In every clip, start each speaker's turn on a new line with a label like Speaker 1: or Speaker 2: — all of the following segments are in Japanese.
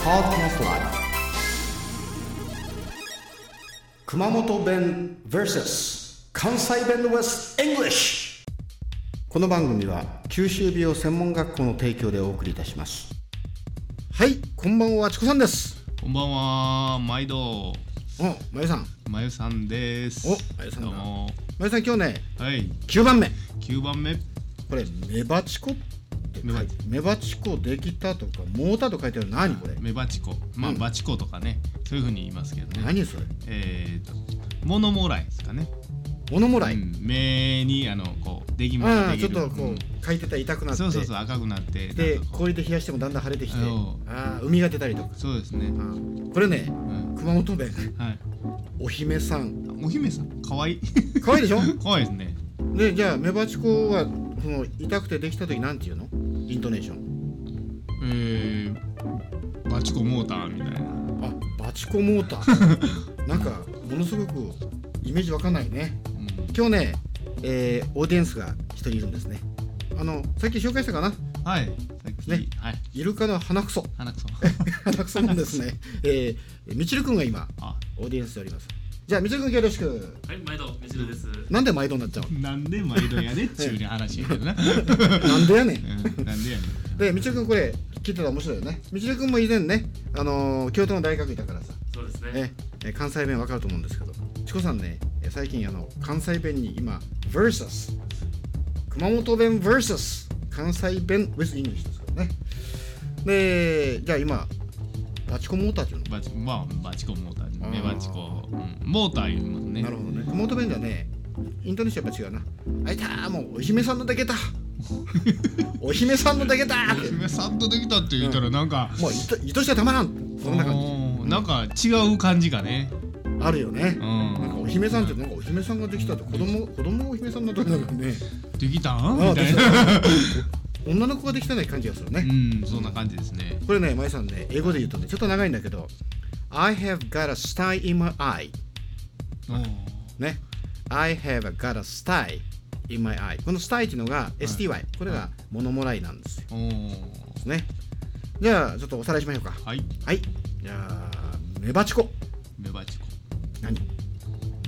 Speaker 1: Podcast Live 熊本弁 vs 関西弁 vs English この番組は九州美容専門学校の提供でお送りいたしますはいこんばんはちこさんです
Speaker 2: こんばんは、毎度、
Speaker 1: おまゆさん
Speaker 2: まゆさんです。
Speaker 1: おまゆさんだ
Speaker 2: どうも。
Speaker 1: まゆさん今日ね
Speaker 2: はい、
Speaker 1: 9番目
Speaker 2: 九番目。
Speaker 1: これメバチコって書いてメバチコできたとかモーターと書いてある何これ
Speaker 2: メバチコ、まあ、
Speaker 1: うん
Speaker 2: バチコとかね、そういうふうに言いますけどね。
Speaker 1: 何それ
Speaker 2: えーと、モノモライですかね。
Speaker 1: モノモライ、
Speaker 2: うん目に、あの、こう、できま
Speaker 1: あ
Speaker 2: が
Speaker 1: あ
Speaker 2: で
Speaker 1: ちょ
Speaker 2: き
Speaker 1: っ
Speaker 2: る。
Speaker 1: とこう書いてたら痛くな
Speaker 2: うん
Speaker 1: って
Speaker 2: そうそうそう、赤くなって。
Speaker 1: で
Speaker 2: なんかこ
Speaker 1: 氷で冷やしてもだんだん晴れてきて
Speaker 2: そ
Speaker 1: ああ海が出たりとか
Speaker 2: うそうですね
Speaker 1: あ。あこれね
Speaker 2: うん。
Speaker 1: 熊本弁
Speaker 2: はい。
Speaker 1: お姫さん
Speaker 2: お姫さん、可愛い。
Speaker 1: 可愛いでしょ
Speaker 2: 可愛いですね。
Speaker 1: でじゃあメバチコはその痛くてできた時なんて言うのイントネーション
Speaker 2: えー、バチコモーターみたいな。
Speaker 1: あバチコモーターなんかものすごくイメージわかんないね
Speaker 2: うん
Speaker 1: 今日ね、えーオーディエンスが一人いるんですねあのさっき紹介したかな
Speaker 2: はい、さっき、
Speaker 1: ね
Speaker 2: はい、
Speaker 1: イルカの鼻くそ
Speaker 2: 鼻くそ。
Speaker 1: 鼻くそなんですねえー、みちるくんが今
Speaker 2: あ
Speaker 1: オーディエンスでおりますじゃあみちるくんよろしく
Speaker 3: はい、毎度、みじるです。
Speaker 1: なんで毎度になっちゃう
Speaker 2: なんで毎度やねっちゅうね話やけどな。
Speaker 1: のなんでやねん
Speaker 2: うんなんでやね
Speaker 1: でみちるくんこれ聞いてたら面白いよねみちるくんも以前ねあのー京都の大学いたからさ
Speaker 3: そうですね。
Speaker 1: ねえ関西弁わかると思うんですけどチコさんねえ最近あの関西弁に今 VS 熊本弁 VS 関西弁 with English ですからねでじゃあ今バチコモーターっていうの
Speaker 2: ん。バチまあバチコモーター
Speaker 1: あー
Speaker 2: ね。メバチコ、うんモーター言いますね。
Speaker 1: なるほどね熊本弁ではねイントネーションやっぱ違うなあいたーもうお姫さんのだけだお姫さんのだけだーって
Speaker 2: 姫さんとできたって言ったらなんか、
Speaker 1: もういと愛しちゃたまらんそんな感じ
Speaker 2: おーなんか違う感じがね。
Speaker 1: あるよね
Speaker 2: う
Speaker 1: なんかお
Speaker 2: ん。
Speaker 1: 姫さんってなんかお姫さんができたって子供子供がお姫さんだったからね
Speaker 2: できたん
Speaker 1: あ
Speaker 2: みたいな。
Speaker 1: 女の子ができたない感じがする
Speaker 2: う
Speaker 1: ね、
Speaker 2: ん、そんな感じですね。
Speaker 1: これねまゆさんね英語で言うとねちょっと長いんだけど I have got a sty in my eye
Speaker 2: おー
Speaker 1: ね I have got a sty in my eye この sty っていうのが STY、これがモノモライなんですよ
Speaker 2: おー
Speaker 1: ねじゃあちょっとおさらいしましょうか
Speaker 2: はい、
Speaker 1: はいじゃあメバチコ
Speaker 2: メバチコ。
Speaker 1: 何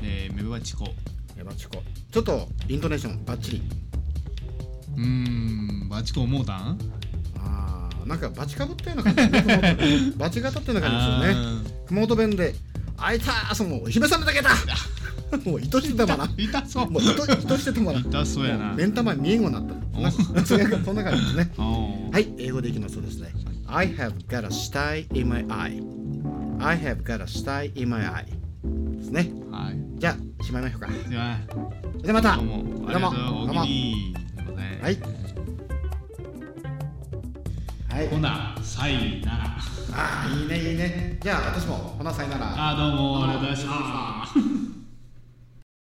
Speaker 2: えーメバチコ。
Speaker 1: メバチコちょっとイントネーションバッチリ
Speaker 2: うーん、バチコモーター
Speaker 1: あーなんかバチかぶったような感じですね熊本バチ型ってような感じですよね
Speaker 2: ね。
Speaker 1: 熊本弁で「あいたーそのお姫さんのだけ だ! 」もう愛してたまらん
Speaker 2: 痛そう。
Speaker 1: もう愛愛してたまらん
Speaker 2: 痛そうやな。
Speaker 1: 目ん玉見えんごになったなんかそんな感じそんな感じですね
Speaker 2: おー
Speaker 1: はい英語でいきますとですね I have got a sty in my eye I have got a sty in my eye ですね
Speaker 2: はい。
Speaker 1: じゃあしまいましょうか
Speaker 2: では、
Speaker 1: じゃあまた
Speaker 2: どうも、ありがと
Speaker 1: どう
Speaker 2: う、
Speaker 1: も
Speaker 2: お
Speaker 1: どうも
Speaker 2: きに。すいません
Speaker 1: はいはい
Speaker 2: ほな、さいなら。
Speaker 1: ああいいねいいねじゃあ私もほなさいなら
Speaker 2: あ、どうも、ありがとうございました。